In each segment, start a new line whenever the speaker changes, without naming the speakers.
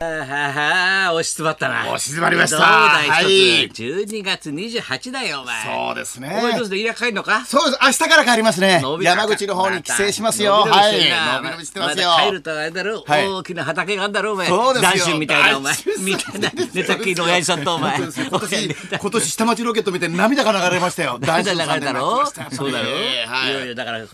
ああ、押しつまったな。
押し詰まりました
どうだ
はい
一つ。12月28だよ、お前。
そうですね
お前どうする家帰んのか
そうです。明日から帰りますね
伸。びたか
山口の方に帰省しますよ。
伸び伸び
は
して
い
るな。
伸び伸びしてますよ。
だ帰るとあれだろ、
はい
大きな畑があるんだろ、お前。
そうですよ
男子みたいな、お前
男。子
みたいな、ネタ切りの親父さんと、お前。
そうですよ
お
今
前ネ
年
タ
今年下町ロケット見て涙が流れましたよ。
大
大
事
丈
な
夫
流れだろそうだろ、、
はいい
よいよだから今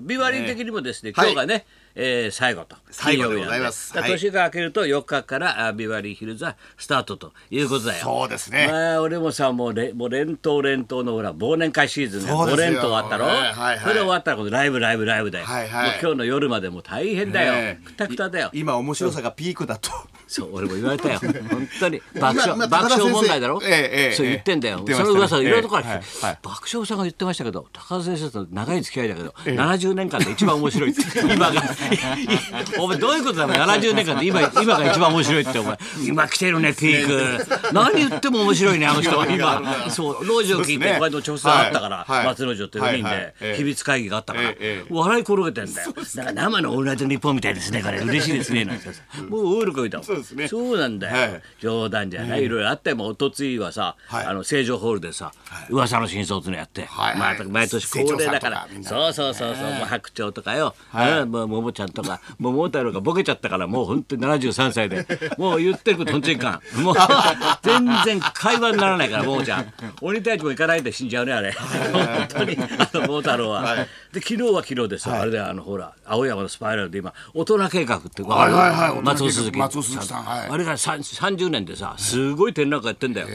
日ビバリー的にもですね、
えはい
今日がね、えー最後と
最後でございます
金曜日なんでだから
はい
年が明けると4日からあビバリーヒルズはスタートということだよ
そうですね
まあ俺もさもうれもう連投連投のほら忘年会シーズンが
そうで
5
すよ
連投あったろ、
はいはいはい
それで終わったらこのライブライブライブだよ、
はいはい
もう今日の夜までもう大変だよ、
ええ
くたくただよ
い今面白さがピークだと。
そう俺も言われた よ本当に爆笑
今
爆
高田先生
笑問題だろ、
ええええ
そう言ってんだよ、
言ってま
そ
したね
の噂いろいろとこから、
ええはいはい
爆笑さんが言ってましたけど高田先生と長い付き合いだけど、70年間で一番面白いって 今がお前どういうことだろ70年間で今今が一番面白いってお前今来てるねピーク何言っても面白いねあの人は
今
今そう老女を聞いて
そうですね
この間調査あったから、
はいはい
松之丞と4人で、
はいはいええ
秘密会議があったから、
ええええ
笑い転げてんだよ、だから生の「オールナイトニッポン」みたいですねこれ嬉しい ですねなんてさもうオールこいたもん
そうですね
そうなんだよ、
はい
冗談じゃない、いろいろあったよもうおとついはさ、
はい
あの成城ホールでさ、噂の真相っていうのやって、
はいはい
まあ、毎年恒例だから
成長さんとか
そうそうそうそう、もう白鳥とかよ、
はい
うんもう桃ちゃんとかもう桃太郎がボケちゃったからもう本当に73歳でもう言ってることとんちんかんもう全然会話にならないから桃ちゃん鬼退治も行かないで死んじゃうねあれ本当にあの桃太郎は、
はい
で昨日は昨日ですよ、あれであのほら青山のスパイラルで今大人計画ってわかる
はいはいはい
松尾
大人
鈴木
計画松尾鈴木さんはい
あれがさん30年でさすごい展覧会やってんだよ、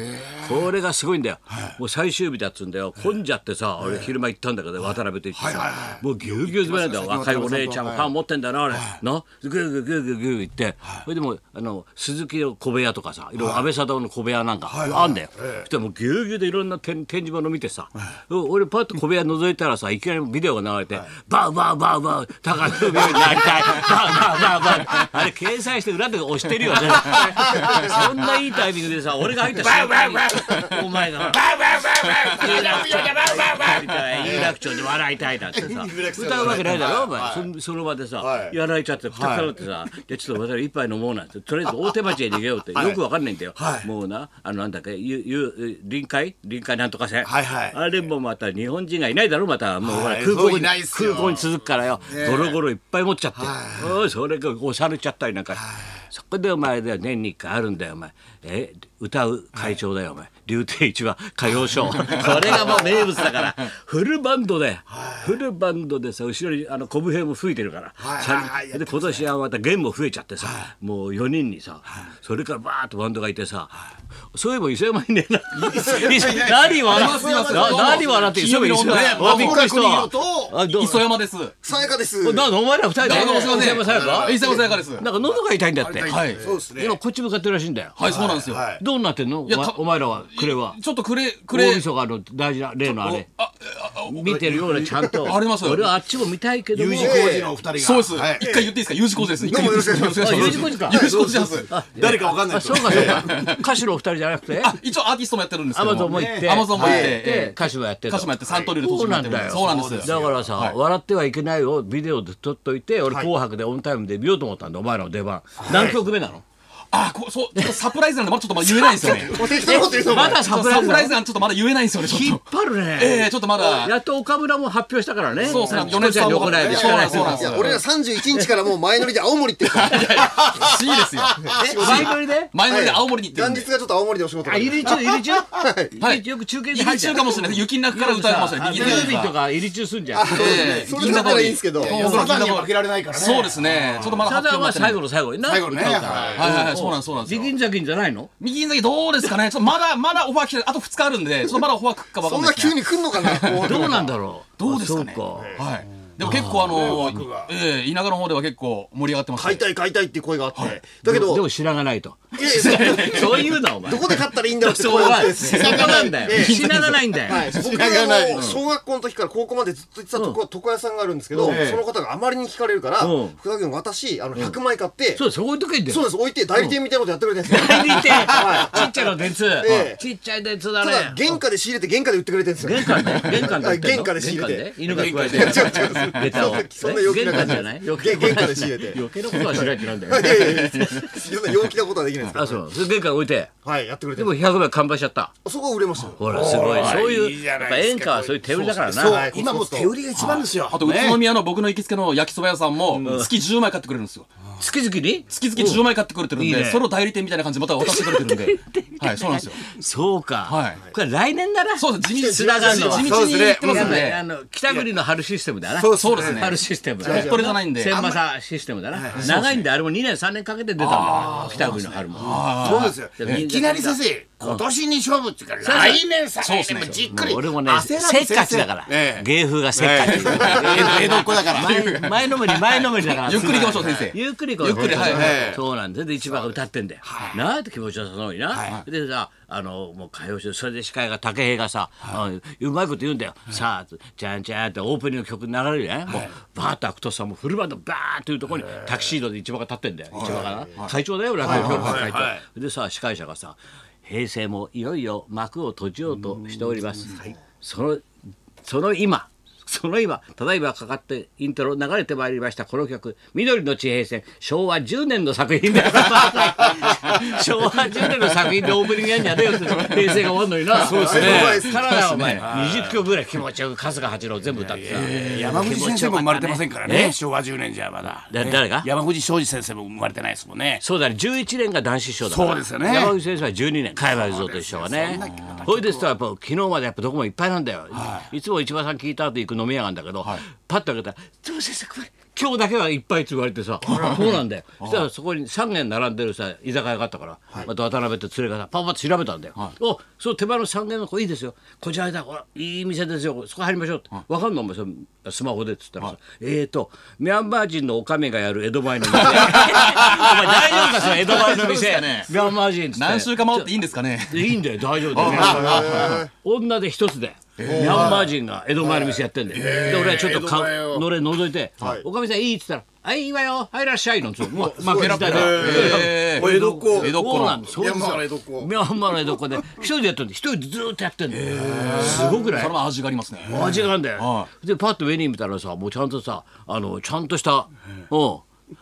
これがすごいんだよ、もう最終日だっつうんだよ混んじゃってさ、俺昼間行ったんだけど、渡辺と行ってさ、
はいはいは
もうぎゅうぎゅう詰めなんだよ
行ってま
若い
したね
お姉ちゃんもファン持ってんだなあれ、なぐーぐーぐーぐーぐー行って、それでもうあの鈴木の小部屋とかさいろいろ安倍貞夫の小部屋なんか
いはい
あんだよ、そしたらもうぎゅうぎゅうでいろんな展展示物見てさ、俺パッと小部屋覗いたらさいきなりビデオが流れて「バウバウバウバウ高野文夫になりたい」「バウバウバウバウ」あれ掲載して裏で押してる よねそんないいタイミングでさ俺が入った瞬間にお前が「有楽町でバウバウバウ」みたいな有楽町で笑いたいなんてさ
有楽町で笑いたい
歌うわけないだろお前そんその場でさ
はい
やられちゃってくたくさってさ「じゃあちょっと私一杯飲もう」なんてとりあえず大手町へ逃げようってよくわかんないんだよ
はい
もうなあのなんだっけゆゆ臨海臨海なんとか線
はいはい
あれもまた日本人がいないだろまたもうほら
はい
空港
そう
に
いないっす
空
よ
港に続くからよゴロゴロいっぱい持っちゃっておいそれが押されちゃったりなんかそこでお前で年に1回あるんだよお前え歌う会長だよお前竜亭一は歌謡ショーこれがもう名物だからフルバンドでフルバンドでさ後ろにあの小兵も吹いてるから
はいはいはい
で今年はまた弦も増えちゃってさ、もう4人にさ、それからバーッとバンドがいてさ、そういえば伊勢山いねえな何笑って
いますいます
な何笑ってるそういえば伊勢山
ね
あびっくりした
和光国
あどう
磯山です。
さやかです。
なんだお前ら二人で
あどうもすいません
伊勢山さやか
磯山さやかです。
なんか喉が痛いんだって、
はい
そうですね。
今こっち向かってるらしいんだよ、
はい、そうなんですよ。
はい
どうなってんのお
や
前
た
お前らはクレは
ちょっとくれ、
大
くれ。
晦日の大事な例のあれ
あ、
見てるようなちゃんと
ありますよ
俺はあっちも見たいけども
U 字工事のお二人が。
そうです。
はい
一回言っていいですか、有事工事です。一回
どうも
言っていいです
よ
ろしくお願いしますあ有事工事か
有事工事です。
誰かわかんない
あ
け
そ
ど
うかそうか 歌手のお二人じゃなくて
あ、一応アーティストもやってるんですけ
ア
ども。
マゾンも行って、
アマゾンも行って
はい
ええ
歌手もやってと、
歌手もやって、サントリーの
そ
投
う
資もや
な
って
ん
る
だよ。
そうなんですよ。
だからさ、笑ってはいけないをビデオで撮っといて、俺紅白でオンタイムで見ようと思ったんだ、お前らの出番。何曲目なの？
あ、こう、そう、ちょっとサプライズなんで、まだちょっとまだ言えないんですよね。
お適当なこと言うぞお 前
まだ
ちょ
サ
っ
プラ
と
イ
サ
ズ
プ
なの。
ライズなんでちょっとまだ言えないんですよね、ち
引
ょ
っ
っと。
張るね。
ええちょっとまだ
やっと岡村も発表したからね。
そうそう
チコちゃんに怒られて。
そうなんです
知ら
そう
な
なん
い
ですよ。
俺ら31日からもう前乗りで青森って言うから
いいですよ。
前乗りで？
前乗りで青森に行ってるん
元
で
日。がちょっと青森でお仕事
あ、
が
入り中入り中？
は
入
い
り中よく中継で
入
入
り
っちゃ
中
う
かもしれない。雪の中から歌うかもしれない。
あテ
右手
レ
と
ビ
か
とか入り中すんじゃん。
ええ
それだったらいいんですけど
銀座通り
サザンには負けられないからね。
そうですね。ちょっとまだ
サザン
発表も
は
してない
最後の最後にな。
最後のね。はい
はいはいはい、そうなんですそうなん
ジ
ですよ
ギンザギンじゃないの？
右銀崎どうですかね。ちょっとまだまだオファー来てあと2日あるんで、ちょっとまだオファー来るかわかん
そん
ない
な
です、
急
ね。
に来んのかなこ
どうなんだろう。
どうですかね
あそう
はい。でも結構あの
が
ええ田舎の方では結構盛り上がってます、
買いたい買いたいっていう声があってだ
で
け ど
も知らがないと。 そういうなお前
どこで買ったらいいんだろうって
そ
こ
う
うやっ
は
て
魚なんだ
え
よ
え
死なないんだよ、
はい、僕
知らない
がもう小学校の時から高校までずっと行ってたとこ、床屋さんがあるんですけど、
ええ
その方があまりに聞かれるから、
うん
福田君私あの100枚買って、
そうそういう時にだよ
そうです置いて代理店みたいなことやってくれてるんですよ、
代理店
はい
ちっちゃな熱、
ええ
ちっちゃい熱だ
た
ね
だ原価で仕入れて原価で売ってくれてるんですよ
玄関 で玄関で売ってんの
玄関で仕入れて
玄関で犬が加えて
いや違う違う
ネタを
そんな陽気な
玄関
感
じ
じじ
ゃ
ゃな
ない
い
余計な
玄関で仕入れて
余計なことはしないってなんだ
いや
よ
いやいやそんな陽気なことはできないですか
あそうそれ玄関置いて
らはいやってくれて
で
る
も100枚完売しちゃった
そこは売れましたよ
ほらすごいそう
いい
いう
じゃ
やっ
ない
ぱ
ですか
演歌はそういう手売りだから
そ
な
う
はい今もう手売りが一番ですよ。
あと、宇都宮の僕の行きつけの焼きそば屋さんも、月10枚買ってくれるんですよ。
月々に
月々10枚買ってくれてるん
いい
で、
ね
それを代理店みたいな感じでまた渡してくれてるんで。はい、そうなんですよ。
そうか、
はい
これ来年だな
そうです、地道に、
つながるのは
地道に行ってますん
いやあ
で。
の北国の春システムだな
そうそうですね
春システム
一人じゃないんで。
千正システムだな長いんであれも2年3年かけて出たんだよ北国の春も
そうです
じゃあ
よ。いきなり先生、今年に勝負っていうから、来年再来年もじっくり。
俺もね
焦らず
せっかちだから
ええ
芸風がせっかち
江戸っ子だから。
前前のめり前のめりだから
ゆっくり行きましょう先生
ゆっくり行こう
ゆっくりはい
はい
そうなんですで一番歌ってんだよなあって気持ちよさそうになでさあのもう歌謡集それで司会が武平がさあうまいこと言うんだよさあじゃんじゃんってオープニングの曲流れるねもうバーッとアクトさんもフルバンドバーッというところにタキシードで一番が立ってんだよ一番がな会長だよ落語協会会
はいは
長でさ司会者がさ平成もいよいよ幕を閉じようとしておりますそのその今 その今ただいまかかってイントロ流れてまいりましたこの曲「緑の地平線」昭和10年の作品です 昭和10年の作品でオープニングやんじゃねえよって平成が終わんのになそうです
ね
カナダはお前20曲ぐらい気持ちよく春日八郎全部歌ってさ、
山口先生も生まれてませんから
気持ちよかった
ね。昭和10年じゃまだ。
だ誰が
山口庄司先生も生まれてないですもんね。
そうだね11年が男子師匠だから
そうですよね
山口先生は12年海外像と一緒はねほいですとやっぱ昨日までやっぱどこもいっぱいなんだよ、い、つも市場さん聞いた後行く飲み屋なんだけど、パッと開けたら「どう先生これ今日だけ はいっぱい」って言われてさそうなんだよそしたらそこに3軒並んでるさ居酒屋があったから、また渡辺って連れがさパパッと調べたんだよ、おその手前の3軒の子いいですよこちらだほらいい店ですよそこ入りましょうって、わかんのお前そのスマホでっつったらさ、えーとミャンバー人のおかめがやる江戸前の店 お前大丈夫かその江戸前の
そうで
店
すかね
ミャンマー人っつって
何週間回っていいんですかね。
いいんだよ大丈夫だよ女で一つでミャンマー人が江戸前の店やってんだよで俺はちょっと顔
江戸前を
のれん覗いて
い
「おかみさんいい?」っつったら「あいいわよはいいらっしゃい」なんつうのもう負けられたよ
えー
江戸っ子
江戸っ子
そう
の
なんですそうです
ミャンマーの江戸っ子
よミャンマーの江戸っ子で一人でやってんで一人でずーっとやってんだよすごくない
それも味がありますね。
味があんだよでパッとメニュー見たらさもうちゃんとさあのちゃんとしたうん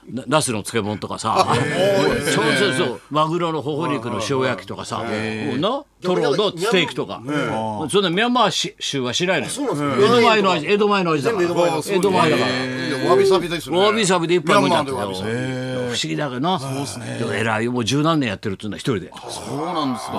なナスの漬物とかさそうそうそうマグロのほほ肉の塩焼きとかさもうなトロのステーキとかそんなミャンマーし州はしないのよ
うなんですよ
江戸前の味江戸前の味だから
全部江戸前の
江戸前だから。
わびさびです
わびさびで一杯飲んじゃって
ミャンマーでわびさび
不思議だけどなそうですね偉いよもう十何年やってるっつうんだ一人で
そうなんですか。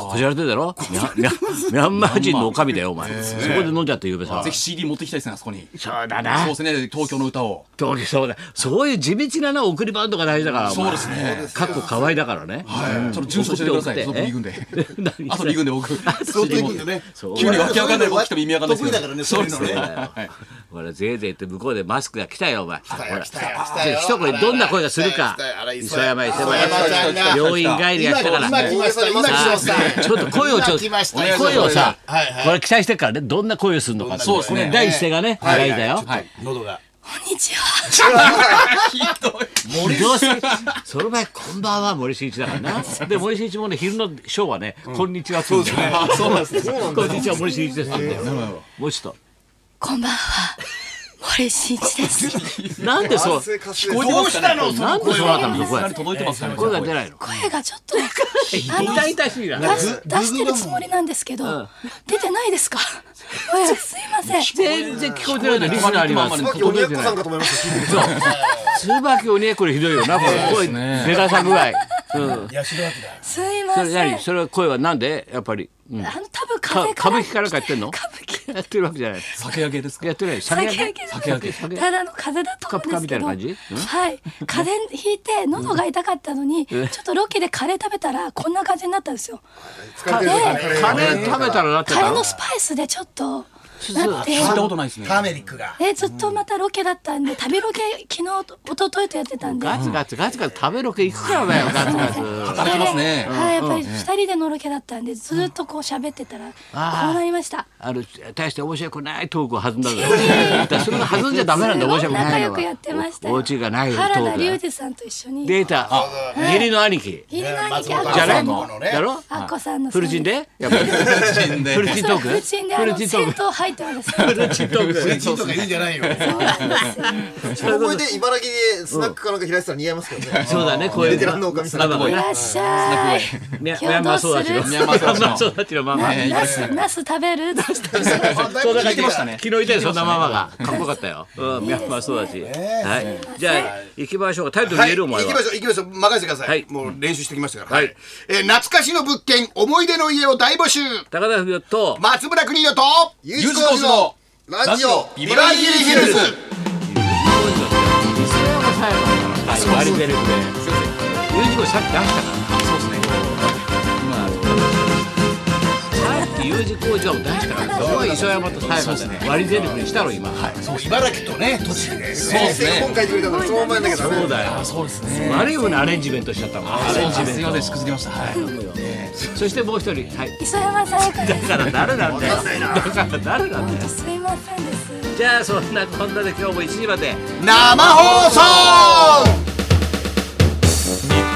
こじられてるだろミャンミャンミャンマー人のおかみだよお前そこで飲んじゃってゆうべさ
ぜひ CD 持ってきたいですね、あそこに。
そうだ
そ
な
うですね、東京の歌を。
東京そうだそういう地道なな送りバンドが大事だから
そうですね。
かっこ可愛いだからね
はい。ちょっと住所教えてください。そ
送
こ
って
2
送
軍
って
で。
何
あと2軍で僕。
そういう
CD 持
時
って
にねそう
急にわけわかんない僕来ても意味わかんないですけど。
得意だからねそういうの
そ
ね
うですはい
ほらぜいぜいって向こうでマスクが来たよお前ほら
来たよ来たよ
一声どんな声がするか
来たよ来たよあら
磯山磯山
磯山ちゃんが
病院帰りがしたから
今来ました今来ました
ちょっと声をちょっ
今来ました
と声をさ
はいはい
これ期待してるからねどんな声をするのか
そうですね
これ第一声がね大事だよ
喉が。
どうせ その前こんばんは森進一だからなで森進一もね昼のショーはねこんにちはそうですねそうなん ですこんにちは森進一ですなんだよもうちょっ
こんばんは。森進一です。
となんでそう
汗かす
聞こえてますかね
なんでそうなったの
かな
声
り届いてますかね。
声が出ないの
声がちょっと、あの、
痛い痛いしいな
出し出してるつもりなんですけど、出てないですか。ええすいません。
全然聞こえてないのリスナーあります
さっき鬼奴さんかと思いました聞いて
そう椿鬼ねこれひど いよなこれ声
ね
出ださ具合うん
すいま
そ
せん。
れ何それは声はなんでやっぱりうん
あの、多分
か
風
歌
から。
舞伎からかやってんの
歌舞伎。
やってるわけじゃない
酒揚げですか
やってない酒
酒焼け
焼
酒
酒焼け
ただの風邪だと思うん
プカプ
ですけど
カみたいな感じ
はい風邪ひいて喉が痛かったのに、ちょっとロケでカレー食べたらこんな感じになったんですよ
疲れてる
ね
から
カレー食べたらなって
カレ
た
ー
の
のスパイスでちょっとだって
聞いたことないですね
ターメリックが。
えずっとまたロケだったんで旅ロケ昨日一昨日とやってたんで
ガツガツガツガツ食べロケ行くからだよガツガツ。
働きますね
はい、やっぱり二人でのロケだったんで、ずっとこう喋ってたら、こうなりました。
あの大して面白くないトークを弾んだんだよ。だからそれが弾んじゃダメなんだよ面白くないのは。
仲良くやってました
おオチがないト
原
ー
田
ク
龍
が。
二さんと一緒に。
データ義理の兄貴
義理の兄貴、あこ
じゃ
さ
ね
ん
の
の。
のね
だ。ろ。
あこさんの。
フルチン。でやっぱり
自身で
フルチントーク。
フルチンで、あ
フル
の、
チ
銭
ントー
湯
ク。
入ってま す。
フルチントーク。
チンとかいいんじゃないよ。
ここで茨城でスナックかなんか開いてたら似合いますけどね。
そうだねこういう。
ベテランのおかみさん
まあまあ
いらっし ゃい。
ミ
今
ャ
日
ンマ
ど
ーそう
うする
だしろ。
ミ
ャンマーソーダシロ
ソーダシロまあまあ。
えー
ナス、ナス食べる。
そうだから
聞いてましたね
昨日いたよそんなママがかっこよかったよ。うんミャンマーそうだし。はい。じゃあ行きましょうか。タイトル
は
言
い、
えるお
行
前
き
は
ま。しょう、行きましょう、任せてください。
はい
もう練習してきましたから。
は
はいい。えー懐かしの物件、思い出の家を大募集。
高田文夫と。
松村邦洋と。
ゆうじこうじのラジオ
ラジオ
茨城ヒルズ。
リスナーが最後の回割り出るんで。ユージコさっき出したから。
そうですね
さっき U 字工事はもう出したから。そこは磯山と最後で割り出るにしたろ今。
茨城とね、栃木で。
そうですね
本書いてくれたのにそのままやんだけどね。
そうだよ。
そうですね
悪いようなアレンジメントしちゃったもん。アレンジメン
すいませんしくじりましたはい
ト。そしてもう一人。はい。
磯山さやかで
だから誰なんだよ。だから誰なんだよ。
す。すいませんです。
じゃあそんなこんなで今日も1時まで。
生放送。
日